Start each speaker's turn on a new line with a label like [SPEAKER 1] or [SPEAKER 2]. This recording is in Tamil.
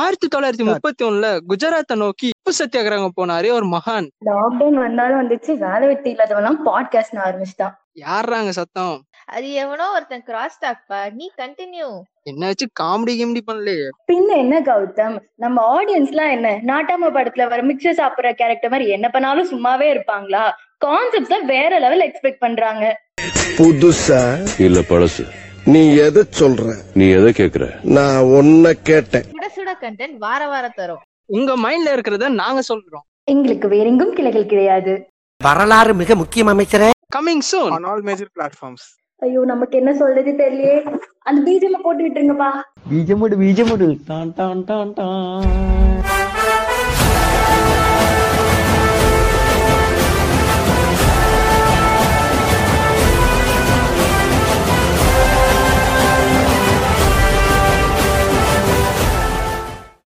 [SPEAKER 1] ஆயிரத்தி தொள்ளாயிரத்தி முப்பத்தி ஒண்ணுல குஜராத்தை நோக்கி உப்பு சத்தியாகிரகம் போனாரே ஒரு மகான்
[SPEAKER 2] லாக்டவுன் வந்தாலும் வந்துச்சு வேலை வெட்டி இல்லாதவெல்லாம் பாட்காஸ்ட் ஆரம்பிச்சிட்டான்
[SPEAKER 1] யாருறாங்க சத்தம்
[SPEAKER 3] அது எவனோ ஒருத்தன் கிராஸ் டாக்பா நீ கண்டினியூ
[SPEAKER 1] என்ன வச்சு காமெடி கிமெடி பண்ணலையே
[SPEAKER 2] பின்ன என்ன கௌதம் நம்ம ஆடியன்ஸ்லாம் என்ன நாட்டாம படத்துல வர மிக்சர் சாப்பிடுற கேரக்டர் மாதிரி என்ன பண்ணாலும் சும்மாவே இருப்பாங்களா கான்செப்ட்ஸ வேற லெவல் எக்ஸ்பெக்ட் பண்றாங்க
[SPEAKER 4] புதுசா
[SPEAKER 5] இல்ல பழசு
[SPEAKER 4] நீ எதை சொல்ற
[SPEAKER 5] நீ எதை கேக்குற
[SPEAKER 4] நான் ஒன்ன கேட்டேன்
[SPEAKER 3] சுட சுட கண்டென்ட் வார வாரம் தரும்
[SPEAKER 1] உங்க மைண்ட்ல இருக்கிறத நாங்க சொல்றோம்
[SPEAKER 2] எங்களுக்கு வேற எங்கும் கிளைகள் கிடையாது
[SPEAKER 6] வரலாறு மிக முக்கியம் அமைச்சரே
[SPEAKER 1] coming soon
[SPEAKER 7] on all major platforms.
[SPEAKER 2] ஐயோ நமக்கு என்ன சொல்றது தெரியலையே அந்த பீஜம் போட்டு விட்டுருங்கப்பா
[SPEAKER 8] பீஜமுடு பீஜமுடு டான் டான் டான் டான்